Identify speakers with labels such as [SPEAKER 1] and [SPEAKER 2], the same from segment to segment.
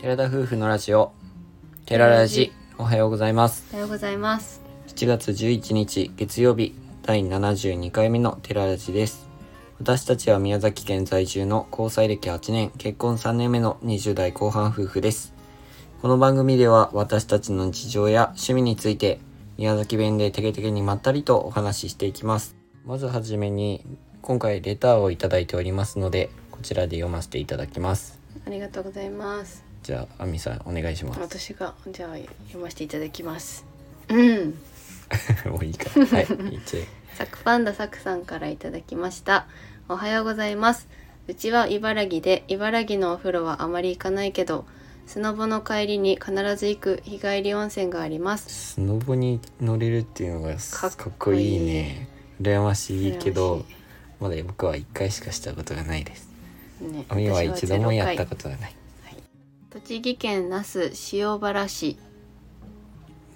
[SPEAKER 1] 寺田夫婦のラジオ寺ラジおはようございます
[SPEAKER 2] おはようございます。
[SPEAKER 1] 7月11日月曜日第72回目の寺ラジです私たちは宮崎県在住の交際歴8年結婚3年目の20代後半夫婦ですこの番組では私たちの日常や趣味について宮崎弁でテケテケにまったりとお話ししていきますまずはじめに今回レターをいただいておりますのでこちらで読ませていただきます
[SPEAKER 2] ありがとうございます。
[SPEAKER 1] じゃあ、あみさん、お願いします。
[SPEAKER 2] 私がじゃあ読ませていただきます。うん。
[SPEAKER 1] もういいか。はい、一応。
[SPEAKER 2] サクパンダサクさんからいただきました。おはようございます。うちは茨城で茨城のお風呂はあまり行かないけど、スノボの帰りに必ず行く日帰り温泉があります。
[SPEAKER 1] スノボに乗れるっていうのが
[SPEAKER 2] か
[SPEAKER 1] かっ
[SPEAKER 2] っ
[SPEAKER 1] こ
[SPEAKER 2] こいい
[SPEAKER 1] いいね。羨ましいけど
[SPEAKER 2] 羨、
[SPEAKER 1] まだ僕は一回しかしたことがないです。
[SPEAKER 2] ね
[SPEAKER 1] あみは
[SPEAKER 2] 私
[SPEAKER 1] 一度も
[SPEAKER 2] ゼロ
[SPEAKER 1] やっ
[SPEAKER 2] 回
[SPEAKER 1] たことがない。
[SPEAKER 2] 栃木県那須塩原市。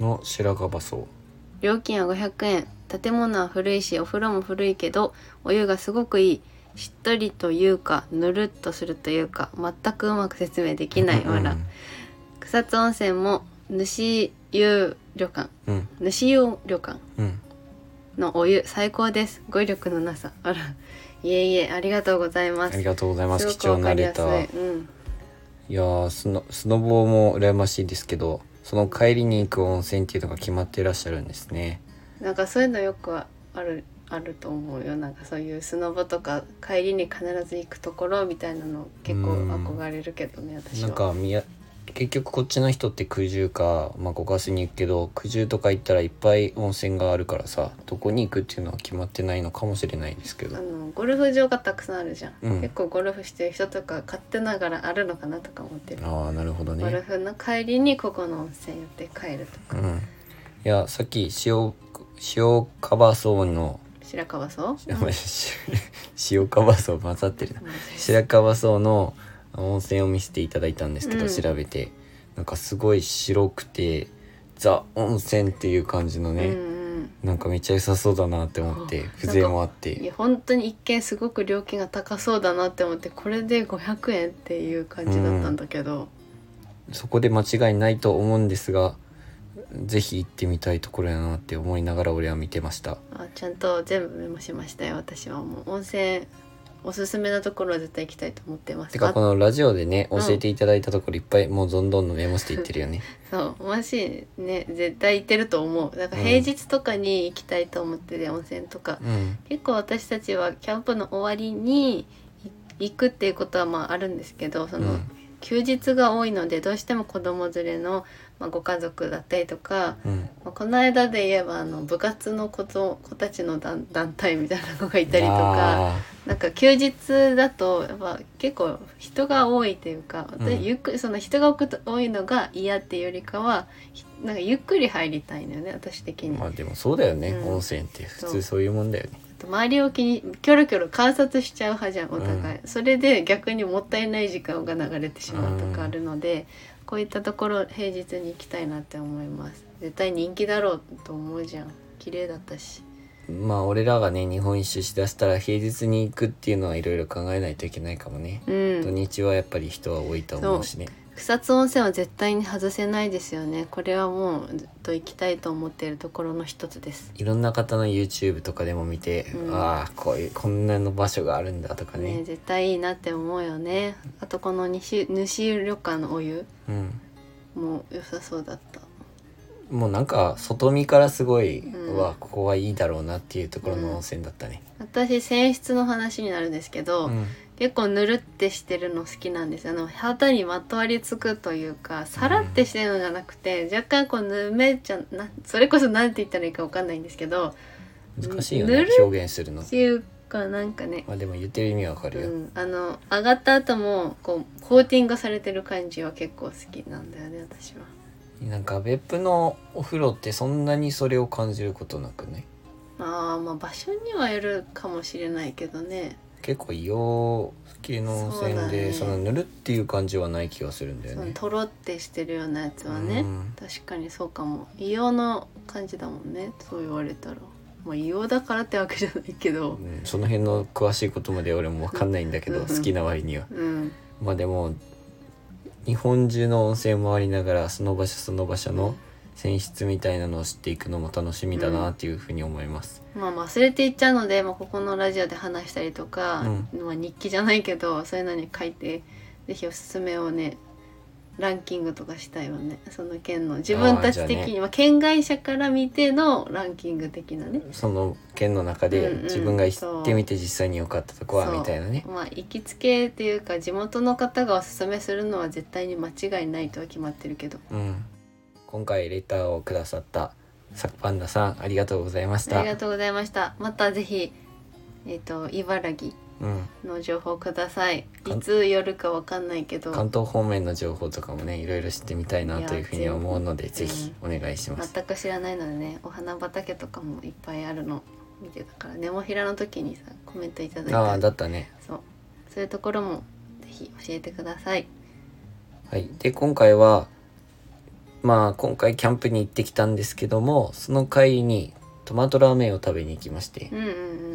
[SPEAKER 1] の白樺荘。
[SPEAKER 2] 料金は500円建物は古いしお風呂も古いけどお湯がすごくいいしっとりというかぬるっとするというか全くうまく説明できないわら、
[SPEAKER 1] うん
[SPEAKER 2] 草津温泉も主湯旅館
[SPEAKER 1] うん。
[SPEAKER 2] 主湯旅館
[SPEAKER 1] うん。
[SPEAKER 2] のお湯最高です語彙力のなさあらいえいえありがとうございま
[SPEAKER 1] あ
[SPEAKER 2] す
[SPEAKER 1] りがとうございます。
[SPEAKER 2] す
[SPEAKER 1] 貴
[SPEAKER 2] ご
[SPEAKER 1] 重
[SPEAKER 2] くわ
[SPEAKER 1] な
[SPEAKER 2] かり
[SPEAKER 1] レ
[SPEAKER 2] やす
[SPEAKER 1] ター。
[SPEAKER 2] い、うん、
[SPEAKER 1] いやースノ、スノボも羨ましいですけど、その帰りに行く温泉っていうのが決まっていらっしゃるんですね。
[SPEAKER 2] なんかそういうのよくあるあると思うよなんかそういうスノボとか帰りに必ず行くところみたいなの結構憧れるけどね私は
[SPEAKER 1] なんかみや結局こっちの人って九十か、まあ、五ヶ瀬に行くけど九十とか行ったらいっぱい温泉があるからさどこに行くっていうのは決まってないのかもしれないですけ
[SPEAKER 2] あ
[SPEAKER 1] ど
[SPEAKER 2] のゴルフ場がたくさんあるじゃん、
[SPEAKER 1] うん
[SPEAKER 2] 結構ゴルフしてる人とか勝手ながらあるのかなとか思ってる、
[SPEAKER 1] ああなるほど
[SPEAKER 2] ゴル
[SPEAKER 1] ね。
[SPEAKER 2] フの帰りにここの温泉寄って帰ると
[SPEAKER 1] う
[SPEAKER 2] か
[SPEAKER 1] ん、いやさっき塩塩カバソの
[SPEAKER 2] 白川荘
[SPEAKER 1] 塩カバソ混ざってるな白樺荘の温泉を見せていただいたんですけど、
[SPEAKER 2] うん
[SPEAKER 1] 調べてなんかすごい白くてザ温泉っていう感じのね、
[SPEAKER 2] うんうん
[SPEAKER 1] なんかめっちゃ良さそうだなって思って
[SPEAKER 2] あ
[SPEAKER 1] 風情もあっ
[SPEAKER 2] い
[SPEAKER 1] て
[SPEAKER 2] や本当に一見すごく料金が高そうだなって思ってこれで500円っていう感じだったんだけど、
[SPEAKER 1] そこで間違いないと思うんですがぜひ行ってみたいところやなって思いながら俺は見てました
[SPEAKER 2] あちゃんと全部メモしましたよ私はもう温泉おすすめなところは絶対行きたいと思ってます
[SPEAKER 1] てか
[SPEAKER 2] あ
[SPEAKER 1] このラジオでね
[SPEAKER 2] う
[SPEAKER 1] 教
[SPEAKER 2] ん
[SPEAKER 1] えていただいたところいっぱいもうどんどんメモしていってるよね
[SPEAKER 2] そうもしね絶対行ってると思うだから
[SPEAKER 1] うん
[SPEAKER 2] 平日とかに行きたいと思ってて、温泉とか
[SPEAKER 1] うん
[SPEAKER 2] 結構私たちはキャンプの終わりにい行くっていうことはまああるんですけどその、
[SPEAKER 1] うん
[SPEAKER 2] 休日が多いのでどうしても子供連れの、まあ、ご家族だったりとか、
[SPEAKER 1] うん
[SPEAKER 2] まあこの間で言えばあの部活の子と子たちの団団体みたいなのがいたりとか。
[SPEAKER 1] あ
[SPEAKER 2] なんか休日だとやっぱ結構人が多いというか、
[SPEAKER 1] うん
[SPEAKER 2] でゆっくりその人が多く多いのが嫌っていうよりかはひなんかゆっくり入りたいのよね私的
[SPEAKER 1] ー
[SPEAKER 2] に。
[SPEAKER 1] ま
[SPEAKER 2] あ
[SPEAKER 1] あでもそうだよね、
[SPEAKER 2] うん
[SPEAKER 1] 温泉って普
[SPEAKER 2] そ
[SPEAKER 1] 通
[SPEAKER 2] う
[SPEAKER 1] そういうもんだよね
[SPEAKER 2] と周りを気にキョロキョロ観察しちゃう派じゃんお互い、それで逆にもったいない時間が流れてしまうとかあるので、こういったところ平日に行きたいなって思います絶対人気だろうと思うじゃん綺麗だったし
[SPEAKER 1] まあ俺らがね日本一周しだしたら平日に行くっていうのはいろいろ考えないといけないかもね、
[SPEAKER 2] う
[SPEAKER 1] 土
[SPEAKER 2] ん
[SPEAKER 1] 日はやっぱり人は多いと思うしね
[SPEAKER 2] 草津温泉は絶対に外せないですよねこれはもうずっと行きたいと思っているところの一つです
[SPEAKER 1] いろんな方の YouTube とかでも見て、
[SPEAKER 2] うん
[SPEAKER 1] ああこういうこんなの場所があるんだとか
[SPEAKER 2] ね
[SPEAKER 1] ね
[SPEAKER 2] 絶対いいなって思うよねあとこの西主湯旅館のお湯
[SPEAKER 1] うん
[SPEAKER 2] も良さそうだった
[SPEAKER 1] もうなんか外見からすごい、
[SPEAKER 2] うん
[SPEAKER 1] うわここはいいだろうなっていうところの温泉だったね、
[SPEAKER 2] 私泉質の話になるんですけど、
[SPEAKER 1] うん
[SPEAKER 2] 結構ぬるってしてるの好きなんですあの肌にまとわりつくというかさらってしてるのじゃなくて、若干こうぬめちゃなそれこそなんて言ったらいいかわかんないんですけど
[SPEAKER 1] 難しいよ
[SPEAKER 2] ぬ
[SPEAKER 1] ね
[SPEAKER 2] る
[SPEAKER 1] 表現するの
[SPEAKER 2] っていうかなんかね
[SPEAKER 1] まあでも言ってる意味はわかるよ、
[SPEAKER 2] うん、あの上がった後もこうコーティングされてる感じは結構好きなんだよね私は
[SPEAKER 1] なんか別府のお風呂ってそんなにそれを感じることなくね
[SPEAKER 2] まあまあ場所にはよるかもしれないけどね
[SPEAKER 1] 結構硫黄系の温
[SPEAKER 2] そう
[SPEAKER 1] 泉
[SPEAKER 2] だ
[SPEAKER 1] で
[SPEAKER 2] ね
[SPEAKER 1] そ,、のぬるっていう感じはない気がするんだよ
[SPEAKER 2] その
[SPEAKER 1] ね
[SPEAKER 2] とろってしてるようなやつはね、
[SPEAKER 1] うん
[SPEAKER 2] 確かにそうかも硫黄の感じだもんねそう言われたらまあ硫黄だからってわけじゃないけど
[SPEAKER 1] うんその辺の詳しいことまで俺もわかんないんだけど
[SPEAKER 2] うん
[SPEAKER 1] 好きな割には
[SPEAKER 2] うん
[SPEAKER 1] まあでも日本中の温泉回りながらその場所その場所の泉質みたいなのを知っていくのも楽しみだなっていうふうに思います。
[SPEAKER 2] まあ忘れていっちゃうので、まあ、ここのラジオで話したりとか、まあ、日記じゃないけどそういうのに書いてぜひおすすめをねランキングとかしたいよねその県の自分たち
[SPEAKER 1] あ
[SPEAKER 2] 的
[SPEAKER 1] ーじゃあ
[SPEAKER 2] にまあ、県外者から見てのランキング的なね
[SPEAKER 1] その県の中で
[SPEAKER 2] うんうん
[SPEAKER 1] 自分が行ってみて実際に良かったとこは
[SPEAKER 2] そう
[SPEAKER 1] みたいなね。
[SPEAKER 2] まあ行きつけっていうか地元の方がおすすめするのは絶対に間違いないとは決まってるけど
[SPEAKER 1] うん、今回レターをくださったサクパンダさんありがとうございまし
[SPEAKER 2] あ
[SPEAKER 1] た
[SPEAKER 2] り。がとうございましたまたぜひえっ、と茨城
[SPEAKER 1] うん、
[SPEAKER 2] の情報ください
[SPEAKER 1] かん
[SPEAKER 2] いつ夜かわかんないけど
[SPEAKER 1] 関東方面の情報とかもねいろいろ知ってみたいない
[SPEAKER 2] や
[SPEAKER 1] というふうに思うのでぜ
[SPEAKER 2] ぜひ
[SPEAKER 1] ひお願いします。
[SPEAKER 2] 全く知らないのでねお花畑とかもいっぱいあるの見てたからネモフィラの時にさコメントいただい
[SPEAKER 1] ああ
[SPEAKER 2] た
[SPEAKER 1] ーだったね。
[SPEAKER 2] そうそういうところもぜひ教えてください
[SPEAKER 1] はい、で今回はまあ今回キャンプに行ってきたんですけどもその帰りにトマトラーメンを食べに行きまして
[SPEAKER 2] うんうんう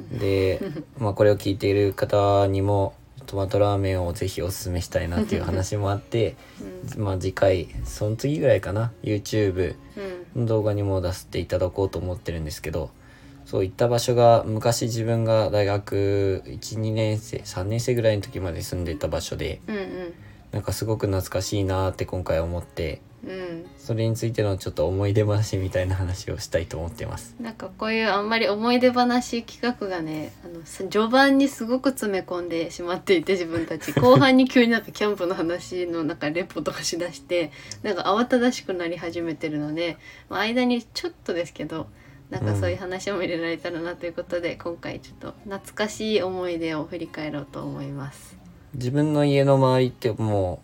[SPEAKER 2] ん
[SPEAKER 1] で、まあ、これを聞いている方にもトマトラーメンをぜひおすすめしたいなっていう話もあって、 まあ、次回その次ぐらいかな YouTube
[SPEAKER 2] うんうん
[SPEAKER 1] の動画にも出していただこうと思ってるんですけどそういった場所が昔自分が大学12年生3年生ぐらいの時まで住んでいた場所で
[SPEAKER 2] うんうん
[SPEAKER 1] なんかすごく懐かしいなーって今回思って
[SPEAKER 2] うん
[SPEAKER 1] それについてのちょっと思い出話みたいな話をしたいと思ってます。
[SPEAKER 2] なんかこういうあんまり思い出話企画がねあのす序盤にすごく詰め込んでしまっていて自分たち後半に急になんかキャンプの話のなんかレポとかしだしてなんか慌ただしくなり始めてるので、まあ、間にちょっとですけどなんかそういう話も入れられたらなということで、今回ちょっと懐かしい思い出を振り返ろうと思います。
[SPEAKER 1] 自分の家の周りっても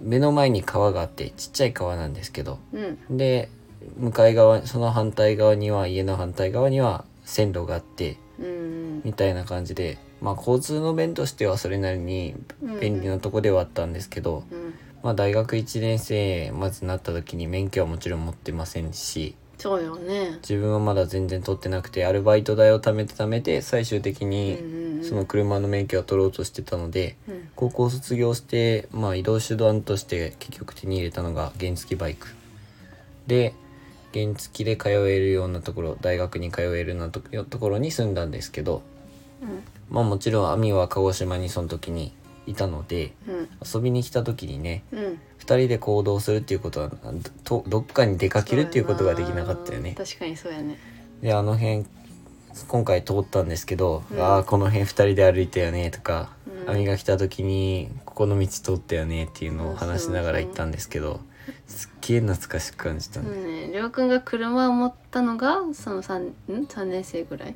[SPEAKER 1] う目の前に川があってちっちゃい川なんですけど
[SPEAKER 2] うん、
[SPEAKER 1] で向かい側その反対側には家の反対側には線路があって
[SPEAKER 2] うん、
[SPEAKER 1] みたいな感じで、まあ、交通の便としてはそれなりに
[SPEAKER 2] うん
[SPEAKER 1] 便利なとこではあったんですけど、
[SPEAKER 2] うん、
[SPEAKER 1] まあ、大学1年生まずなった時に免許はもちろん持ってませんし
[SPEAKER 2] そうよね。
[SPEAKER 1] 自分はまだ全然取ってなくてアルバイト代を貯めて貯めて最終的
[SPEAKER 2] うん
[SPEAKER 1] に
[SPEAKER 2] うん
[SPEAKER 1] その車の免許を取ろうとしてたので。
[SPEAKER 2] うん
[SPEAKER 1] 高校卒業して、まあ、移動手段として結局手に入れたのが原付バイクで原付で通えるようなところ大学に通えるようなとところに住んだんですけど、まあ、もちろん網は鹿児島にその時にいたので
[SPEAKER 2] うん
[SPEAKER 1] 遊びに来た時にね
[SPEAKER 2] うんうん
[SPEAKER 1] 2人で行動するっていうことはどどっかに出かけるっていうことができなかったよね
[SPEAKER 2] そうやな。確かにそうやね。
[SPEAKER 1] であの辺今回通ったんですけど、
[SPEAKER 2] うん
[SPEAKER 1] ああこの辺2人で歩いたよねとか、
[SPEAKER 2] うん
[SPEAKER 1] 網が来た時にここの道通ったよねっていうのを話しながら行ったんですけどすっげえ懐かしく感じた
[SPEAKER 2] そ
[SPEAKER 1] ね、
[SPEAKER 2] うね、りょうくんが車を持ったのがその三ん三年生ぐらい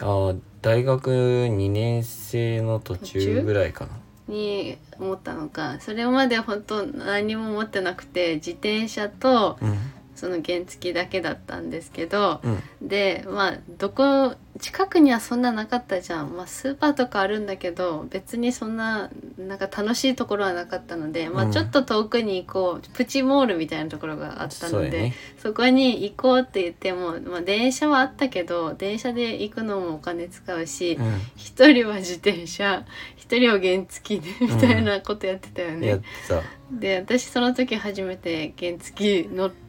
[SPEAKER 1] ああ大学2年生の途
[SPEAKER 2] 途中
[SPEAKER 1] 中ぐらいかな
[SPEAKER 2] に持ったのかそれまで本当何も持ってなくて自転車と
[SPEAKER 1] うん
[SPEAKER 2] その原付だけだったんですけど
[SPEAKER 1] うん
[SPEAKER 2] でまあどこ近くにはそんななかったじゃん、まあ、スーパーとかあるんだけど別にそんななんか楽しいところはなかったので、ま
[SPEAKER 1] う
[SPEAKER 2] あ、
[SPEAKER 1] ん
[SPEAKER 2] ちょっと遠くに行こうプチモールみたいなところがあった
[SPEAKER 1] そう
[SPEAKER 2] の
[SPEAKER 1] や
[SPEAKER 2] で、
[SPEAKER 1] ね
[SPEAKER 2] そこに行こうって言っても、まあ、電車はあったけど電車で行くのもお金使うし
[SPEAKER 1] う
[SPEAKER 2] 一、人は自転車一人は原付でみたいなことやってたよ
[SPEAKER 1] んやっ
[SPEAKER 2] ね
[SPEAKER 1] て。た
[SPEAKER 2] で私その時初めて原付乗って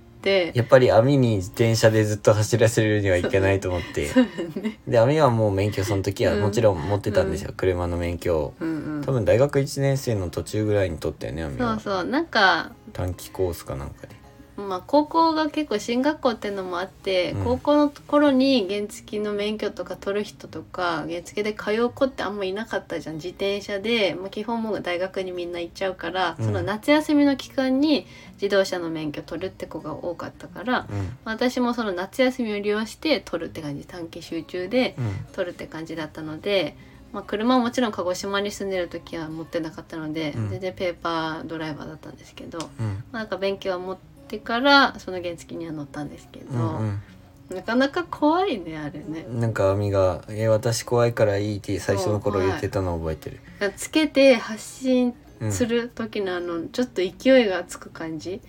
[SPEAKER 1] やっぱり網に自転車でずっと走らせるにはいけないと思って
[SPEAKER 2] そうだね
[SPEAKER 1] で網はもう免許その時は
[SPEAKER 2] うん
[SPEAKER 1] もちろん持ってたんですよ、車の免許を
[SPEAKER 2] うんうん
[SPEAKER 1] 多分大学1年生の途中ぐらいに取ったよね網
[SPEAKER 2] そ
[SPEAKER 1] は
[SPEAKER 2] うそうなんか、
[SPEAKER 1] 短期コースかなんかで
[SPEAKER 2] まあ、高校が結構進学校ってのもあって、
[SPEAKER 1] うん
[SPEAKER 2] 高校の頃に原付の免許とか取る人とか原付で通う子ってあんまいなかったじゃん自転車で、まあ、基本もう大学にみんな行っちゃうから、
[SPEAKER 1] うん
[SPEAKER 2] その夏休みの期間に自動車の免許取るって子が多かったから
[SPEAKER 1] うん
[SPEAKER 2] まあ私もその夏休みを利用して取るって感じ短期集中で
[SPEAKER 1] うん
[SPEAKER 2] 取るって感じだったので、まあ、車はもちろん鹿児島に住んでる時は持ってなかったので、
[SPEAKER 1] うん
[SPEAKER 2] 全然ペーパードライバーだったんですけど。
[SPEAKER 1] うん
[SPEAKER 2] まあなんか勉強を持ってからその原付には乗ったんですけど、
[SPEAKER 1] うん
[SPEAKER 2] なかなか怖いねあれね
[SPEAKER 1] うん、なんか網が「え私怖いからいい」って最初の頃言ってたのを覚えてる、
[SPEAKER 2] つけて発進
[SPEAKER 1] うん、
[SPEAKER 2] する時のあのちょっと勢いがつく感じ、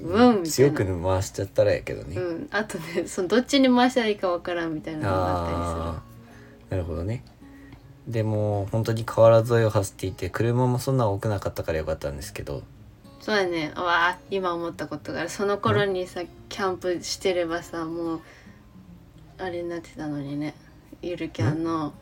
[SPEAKER 2] うんみたいな
[SPEAKER 1] 強く回しちゃったらやけどね、
[SPEAKER 2] うん、あとねそのどっちに回したらいいかわからんみたいなのがあった
[SPEAKER 1] あーなるほどねでも本当に河原沿いを走っていて車もそんな多くなかったからよかったんですけど
[SPEAKER 2] そうだねうわあ今思ったことがあるその頃にさキャンプしてればさもうあれになってたのにねゆるキャンの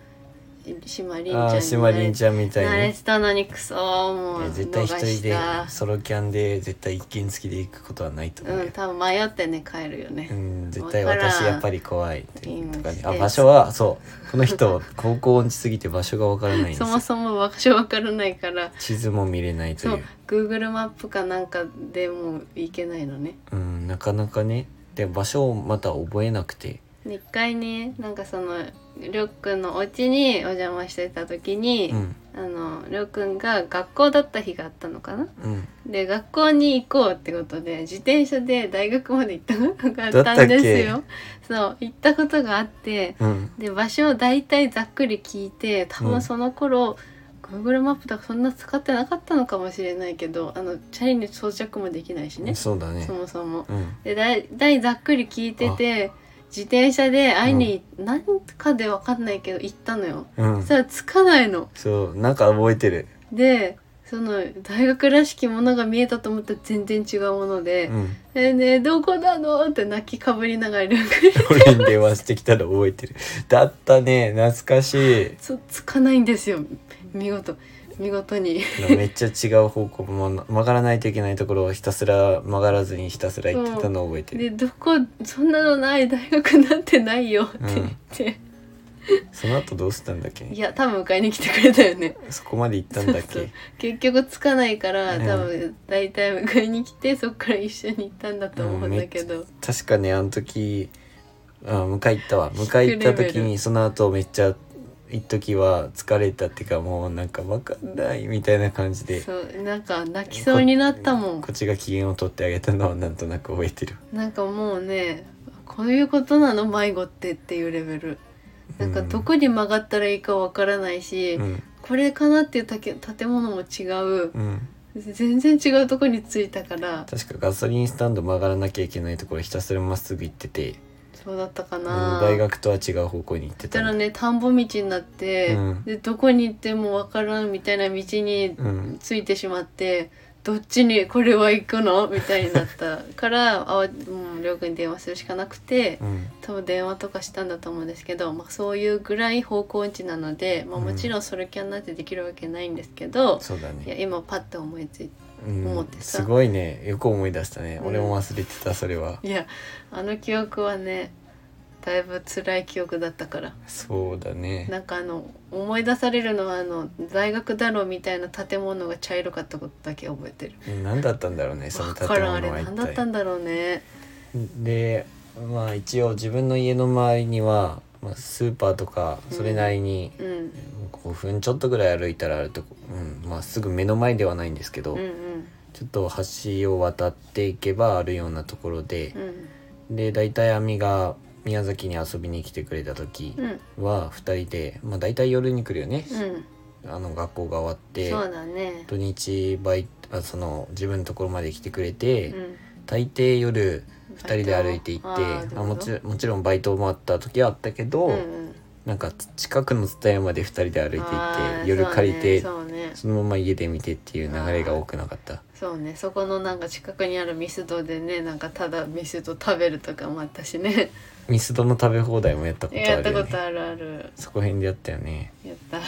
[SPEAKER 2] 島りんち
[SPEAKER 1] あ
[SPEAKER 2] ゃ
[SPEAKER 1] あ
[SPEAKER 2] んにな
[SPEAKER 1] 島り
[SPEAKER 2] れ
[SPEAKER 1] んちゃんみたい
[SPEAKER 2] 慣
[SPEAKER 1] に
[SPEAKER 2] れ
[SPEAKER 1] ね
[SPEAKER 2] てたのにクソも
[SPEAKER 1] いうや
[SPEAKER 2] 逃
[SPEAKER 1] 絶対一人
[SPEAKER 2] し
[SPEAKER 1] で
[SPEAKER 2] た
[SPEAKER 1] ソロキャンで絶対一軒付きで行くことはないと思う
[SPEAKER 2] う
[SPEAKER 1] よ
[SPEAKER 2] ん、多分迷ってね帰るよね、
[SPEAKER 1] うん、絶対
[SPEAKER 2] わからん
[SPEAKER 1] 私やっぱり怖いっていうとかね
[SPEAKER 2] うん
[SPEAKER 1] あ場所はそうこの人高校音痴すぎて場所がわからないんです
[SPEAKER 2] そ
[SPEAKER 1] よ
[SPEAKER 2] もそも場所わからないから
[SPEAKER 1] 地図も見れないとい
[SPEAKER 2] そうう Google マップかなんかでも行けないのね
[SPEAKER 1] うんなかなかねで場所をまた覚えなくて
[SPEAKER 2] で一回ねなんかそのりょうくんのお家にお邪魔してた時に、
[SPEAKER 1] うん
[SPEAKER 2] あのりょうくんが学校だった日があったのかな
[SPEAKER 1] うん
[SPEAKER 2] で学校に行こうってことで自転車で大学まで行ったことがあったんですよそう行ったことがあって
[SPEAKER 1] うん
[SPEAKER 2] で場所を大体ざっくり聞いて多
[SPEAKER 1] うん
[SPEAKER 2] 分その頃、Google マップとかそんな使ってなかったのかもしれないけどあのチャリに装着もできないしね
[SPEAKER 1] そうだね
[SPEAKER 2] そもそも。
[SPEAKER 1] うん
[SPEAKER 2] で大大ざっくり聞いてて自転車で会いに、なん、何かで分かんないけど行ったのよ。
[SPEAKER 1] うん
[SPEAKER 2] そしたらつかないの。
[SPEAKER 1] そうなんか覚えてる
[SPEAKER 2] でその大学らしきものが見えたと思ったら全然違うもので
[SPEAKER 1] うん
[SPEAKER 2] 「えーねえどこなの?」って泣きかぶりながら ルークに
[SPEAKER 1] 俺に電話してきたら覚えてるだったね懐かしい
[SPEAKER 2] つつかないんですよ見事見事に。
[SPEAKER 1] めっちゃ違う方向も曲がらないといけないところをひたすら曲がらずにひたすら行ってたのを覚えてる、
[SPEAKER 2] でどこそんなのない大学なんてないよって言って、
[SPEAKER 1] その後どうしたんだっけ
[SPEAKER 2] いや多分迎えに来てくれたよね
[SPEAKER 1] そこまで行ったんだっけ
[SPEAKER 2] そうそう結局つかないから、
[SPEAKER 1] うん
[SPEAKER 2] 多分大体迎えに来てそっから一緒に行ったんだと思うんだけど、
[SPEAKER 1] 確かねあの時あ迎え行ったわ迎え行った時
[SPEAKER 2] 低レベ
[SPEAKER 1] にその後めっちゃ一時は疲れたっていうかもうなんか分かんないみたいな感じで
[SPEAKER 2] そうなんか泣きそうになったもん
[SPEAKER 1] こっちが機嫌を取ってあげたのはなんとなく覚えてる
[SPEAKER 2] なんかもうねこういうことなの迷子ってっていうレベルなんかどこに曲がったらいいかわからないし、
[SPEAKER 1] うん
[SPEAKER 2] これかなっていうたけ建物も違う
[SPEAKER 1] うん
[SPEAKER 2] 全然違うとこに着いたから
[SPEAKER 1] 確かガソリンスタンド曲がらなきゃいけないところひたすらまっすぐ行ってて、
[SPEAKER 2] そうだったか
[SPEAKER 1] うん、
[SPEAKER 2] な、
[SPEAKER 1] 大学とは違う方向に行っ
[SPEAKER 2] そ
[SPEAKER 1] て
[SPEAKER 2] した
[SPEAKER 1] た
[SPEAKER 2] ら
[SPEAKER 1] の
[SPEAKER 2] ね田んぼ道になって、
[SPEAKER 1] うん
[SPEAKER 2] でどこに行ってもわからんみたいな道に
[SPEAKER 1] うん
[SPEAKER 2] ついてしまって、どっちにこれは行くのみたいになったからあ わもうりょうくんに電話するしかなくて
[SPEAKER 1] うん
[SPEAKER 2] 多分電話とかしたんだと思うんですけど、まあ、そういうぐらい方向音痴なので、まあ、
[SPEAKER 1] うん
[SPEAKER 2] もちろんソロキャンなんてできるわけないんですけど、
[SPEAKER 1] そうだね
[SPEAKER 2] いや今パッと思いつい
[SPEAKER 1] うん
[SPEAKER 2] 思ってさ
[SPEAKER 1] すごいねよく思い出したね、
[SPEAKER 2] うん
[SPEAKER 1] 俺も忘れてたそれは
[SPEAKER 2] ていやあの記憶はねだいぶ辛い記憶だったから。
[SPEAKER 1] そうだね
[SPEAKER 2] なんかあの思い出されるのはあの大学だろうみたいな建物が茶色かったことだけ覚えてる。
[SPEAKER 1] 何だったんだろうねその
[SPEAKER 2] わ
[SPEAKER 1] 建
[SPEAKER 2] からんあれ
[SPEAKER 1] 物は
[SPEAKER 2] 何
[SPEAKER 1] 一
[SPEAKER 2] だった
[SPEAKER 1] 体
[SPEAKER 2] んだろうね。
[SPEAKER 1] でまあ一応自分の家の周りには、まあ、スーパーとかそれなりに
[SPEAKER 2] うん
[SPEAKER 1] 5分ちょっとぐらい歩いたらあるとこ、うんまあ、すぐ目の前ではないんですけど、
[SPEAKER 2] うんうん
[SPEAKER 1] ちょっと橋を渡っていけばあるようなところで
[SPEAKER 2] う、ん
[SPEAKER 1] で大体亜美が宮崎に遊びに来てくれた時
[SPEAKER 2] うん
[SPEAKER 1] は2人で、まあ、大体夜に来るよね、
[SPEAKER 2] うん
[SPEAKER 1] あの学校が終わって
[SPEAKER 2] そうだね。
[SPEAKER 1] 土日バイあその自分のところまで来てくれて、
[SPEAKER 2] うん
[SPEAKER 1] 大抵夜2人で歩いて行って
[SPEAKER 2] バイト
[SPEAKER 1] あもち
[SPEAKER 2] あー
[SPEAKER 1] ろんもちろんバイトもあった時はあったけど、
[SPEAKER 2] どうぞうんうん
[SPEAKER 1] なんか近くの蔦屋まで2人で歩いて行っ
[SPEAKER 2] あー
[SPEAKER 1] て夜借りてそ,、
[SPEAKER 2] そうねそうね
[SPEAKER 1] のまま家で見てっていう流れが多くなかった
[SPEAKER 2] そうねそこのなんか近くにあるミスドでねなんかただミスド食べるとかもあった しね
[SPEAKER 1] ミスドの食べ放題もやったことある
[SPEAKER 2] や
[SPEAKER 1] よ
[SPEAKER 2] った
[SPEAKER 1] ね
[SPEAKER 2] ことあるある
[SPEAKER 1] そこ辺でやったよね
[SPEAKER 2] やった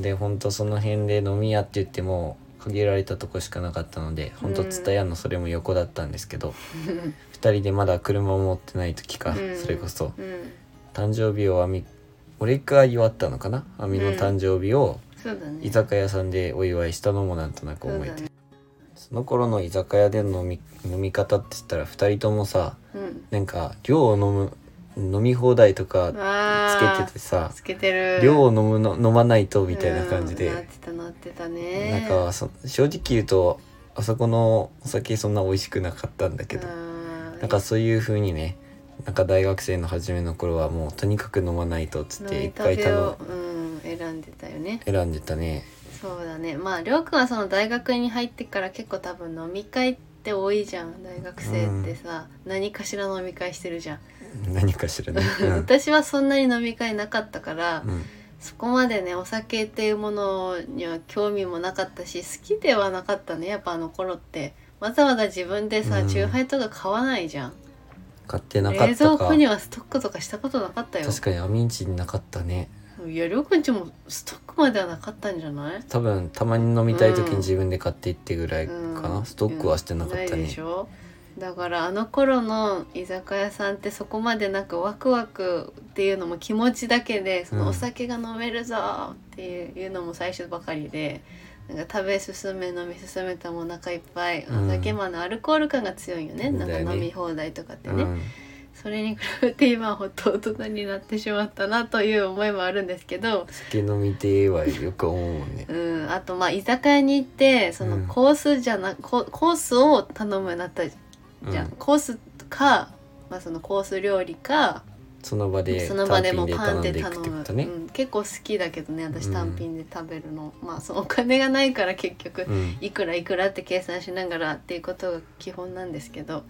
[SPEAKER 1] でほんとその辺で飲み屋って言っても限られたとこしかなかったのでほんと
[SPEAKER 2] うん
[SPEAKER 1] 蔦屋のそれも横だったんですけど、2人でまだ車を持ってない時か、
[SPEAKER 2] うん
[SPEAKER 1] それこそ
[SPEAKER 2] うん
[SPEAKER 1] 誕生日をあみ俺が祝ったのかなあみの誕生日を
[SPEAKER 2] そうだね
[SPEAKER 1] 居酒屋さんでお祝いしたのもなんとなく
[SPEAKER 2] そう
[SPEAKER 1] 覚えて
[SPEAKER 2] だ
[SPEAKER 1] る、
[SPEAKER 2] ね
[SPEAKER 1] その頃の居酒屋での飲み飲み方って言ったら2人ともさ
[SPEAKER 2] うん
[SPEAKER 1] なんか量を飲む飲み放題とかつ
[SPEAKER 2] あ
[SPEAKER 1] けててさ
[SPEAKER 2] ーつけてる
[SPEAKER 1] 量を飲むの飲まないとみたいな感じで、
[SPEAKER 2] うんなってたなってたね
[SPEAKER 1] なんかそ正直言うとあそこのお酒そんな美味しくなかったんだけど、
[SPEAKER 2] うん
[SPEAKER 1] なんかそういう風にねなんか大学生の初めの頃はもうとにかく飲まないとっつっていっ
[SPEAKER 2] 飲み
[SPEAKER 1] ぱ
[SPEAKER 2] 食
[SPEAKER 1] い
[SPEAKER 2] べ
[SPEAKER 1] 頼
[SPEAKER 2] を、うん、選んでたよね
[SPEAKER 1] 選んでたね
[SPEAKER 2] そうだねまありょうくんはその大学に入ってから結構多分飲み会って多いじゃん大学生ってさ、何かしら飲み会してるじゃん、
[SPEAKER 1] 何かしらね、
[SPEAKER 2] 私はそんなに飲み会なかったから、
[SPEAKER 1] うんうん
[SPEAKER 2] そこまでねお酒っていうものには興味もなかったし好きではなかったねやっぱあの頃ってわざわざ自分でさ、
[SPEAKER 1] うん
[SPEAKER 2] チューハイとか買わないじゃん
[SPEAKER 1] 買ってなか
[SPEAKER 2] 冷
[SPEAKER 1] った
[SPEAKER 2] 蔵
[SPEAKER 1] か
[SPEAKER 2] 庫にはストックとかしたことなかったよ
[SPEAKER 1] 確かにアミンチになかったね
[SPEAKER 2] いやりょうくんちもストックまではなかったんじゃない
[SPEAKER 1] 多分たまに飲みたい時
[SPEAKER 2] うん
[SPEAKER 1] に自分で買っていってぐらいかな、
[SPEAKER 2] うん
[SPEAKER 1] ストックはしてなかった
[SPEAKER 2] ないで
[SPEAKER 1] ね
[SPEAKER 2] しょだからあの頃の居酒屋さんってそこまでなんかワクワクっていうのも気持ちだけでそ
[SPEAKER 1] うん
[SPEAKER 2] のお酒が飲めるぞっていうのも最初ばかりでなんか食べ進め飲み進めたもお腹いっぱい、
[SPEAKER 1] うん
[SPEAKER 2] お酒もあのアルコール感が強いよね
[SPEAKER 1] そう
[SPEAKER 2] なん
[SPEAKER 1] だ
[SPEAKER 2] か
[SPEAKER 1] よね
[SPEAKER 2] 飲み放題とかって
[SPEAKER 1] う
[SPEAKER 2] ね、
[SPEAKER 1] ん
[SPEAKER 2] それに比べて今はほんと大人になってしまったなという思いもあるんですけど、
[SPEAKER 1] 酒飲みてはよく思うもんね
[SPEAKER 2] うん、あとまあ居酒屋に行ってそ
[SPEAKER 1] うん
[SPEAKER 2] のコースじゃな、ココースを頼むようになったじ
[SPEAKER 1] うん
[SPEAKER 2] ゃん、コースか、まあ、そのコース料理か
[SPEAKER 1] その場で
[SPEAKER 2] その場でもうパ
[SPEAKER 1] 単
[SPEAKER 2] ン
[SPEAKER 1] 品
[SPEAKER 2] で
[SPEAKER 1] で
[SPEAKER 2] 頼
[SPEAKER 1] 頼んでいくってこ
[SPEAKER 2] む
[SPEAKER 1] とね
[SPEAKER 2] うん、結構好きだけどね
[SPEAKER 1] う
[SPEAKER 2] 私
[SPEAKER 1] ん
[SPEAKER 2] 単品で食べるの、まあそのお金がないから結局
[SPEAKER 1] うん
[SPEAKER 2] いくらいくらって計算しながらっていうことが基本なんですけど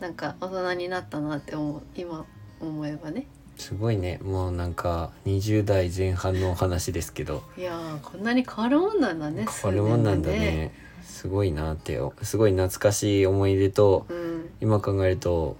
[SPEAKER 2] なんか大人になったなって思う今思えばね
[SPEAKER 1] すごいねもうなんか20代前半のお話ですけど
[SPEAKER 2] いやーこんなに変わるもんなんだね
[SPEAKER 1] これもんなんだ
[SPEAKER 2] 数年で
[SPEAKER 1] ねすごいなってすごい懐かしい思い出と
[SPEAKER 2] うん
[SPEAKER 1] 今考えると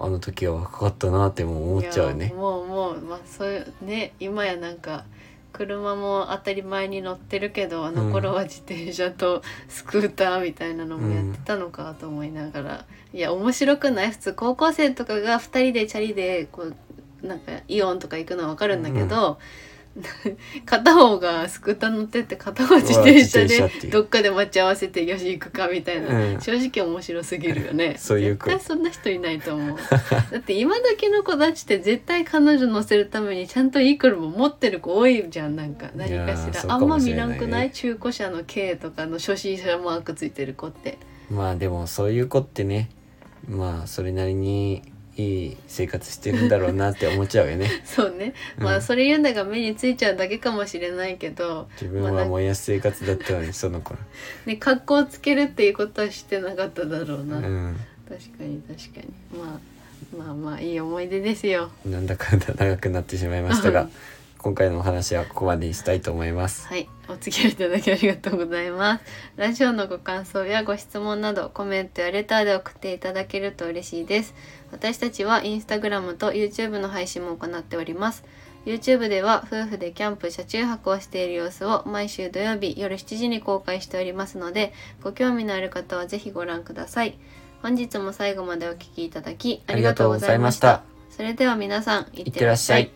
[SPEAKER 1] あの時は若かったなってもう思っちゃう
[SPEAKER 2] いや
[SPEAKER 1] ね
[SPEAKER 2] もうもうまあそういうね今やなんか車も当たり前に乗ってるけどあの頃は自転車とスクーターみたいなのもやってたのかと思いながら、いや面白くない普通高校生とかが2人でチャリでこうなんかイオンとか行くのは分かるんだけど、片方がスクーター乗ってって片方自転車
[SPEAKER 1] 自転車ってい
[SPEAKER 2] で
[SPEAKER 1] う
[SPEAKER 2] どっかで待ち合わせてよし行くかみたいな、
[SPEAKER 1] うん
[SPEAKER 2] 正直面白すぎるよね
[SPEAKER 1] そういう
[SPEAKER 2] 絶
[SPEAKER 1] 子
[SPEAKER 2] 対そんな人いないと思う だって今時の子たちって絶対彼女乗せるためにちゃんといい車持ってる子多いじゃんなんか何か
[SPEAKER 1] いやー
[SPEAKER 2] しら
[SPEAKER 1] そうか
[SPEAKER 2] あんま
[SPEAKER 1] もし
[SPEAKER 2] 見
[SPEAKER 1] れない
[SPEAKER 2] ら
[SPEAKER 1] ね
[SPEAKER 2] んくない中古車の軽とかの初心者マークついてる子って
[SPEAKER 1] まあでもそういう子ってねまあそれなりにいい生活してるんだろうなって思っちゃうよね
[SPEAKER 2] そうね、
[SPEAKER 1] うん
[SPEAKER 2] まあそれ言うのが目についちゃうだけかもしれないけど、
[SPEAKER 1] 自分は燃やす生活だったのにその子
[SPEAKER 2] ね、格好つけるっていうことはしてなかっただろう
[SPEAKER 1] う
[SPEAKER 2] な、
[SPEAKER 1] ん
[SPEAKER 2] 確かに確かにまあまあまあいい思い出ですよ
[SPEAKER 1] なんだかんだ長くなってしまいました が今回のお話はここまでにしたいと思います
[SPEAKER 2] はい、お付き合いいただきありがとうございます。ラジオのご感想やご質問などコメントやレターで送っていただけると嬉しいです。私たちはインスタグラムと YouTube の配信も行っております。YouTube では夫婦でキャンプ車中泊をしている様子を毎週土曜日夜7時に公開しておりますのでご興味のある方はぜひご覧ください。本日も最後までお聴きいただきありがとうございました。それでは皆さんい
[SPEAKER 1] いってらっしゃい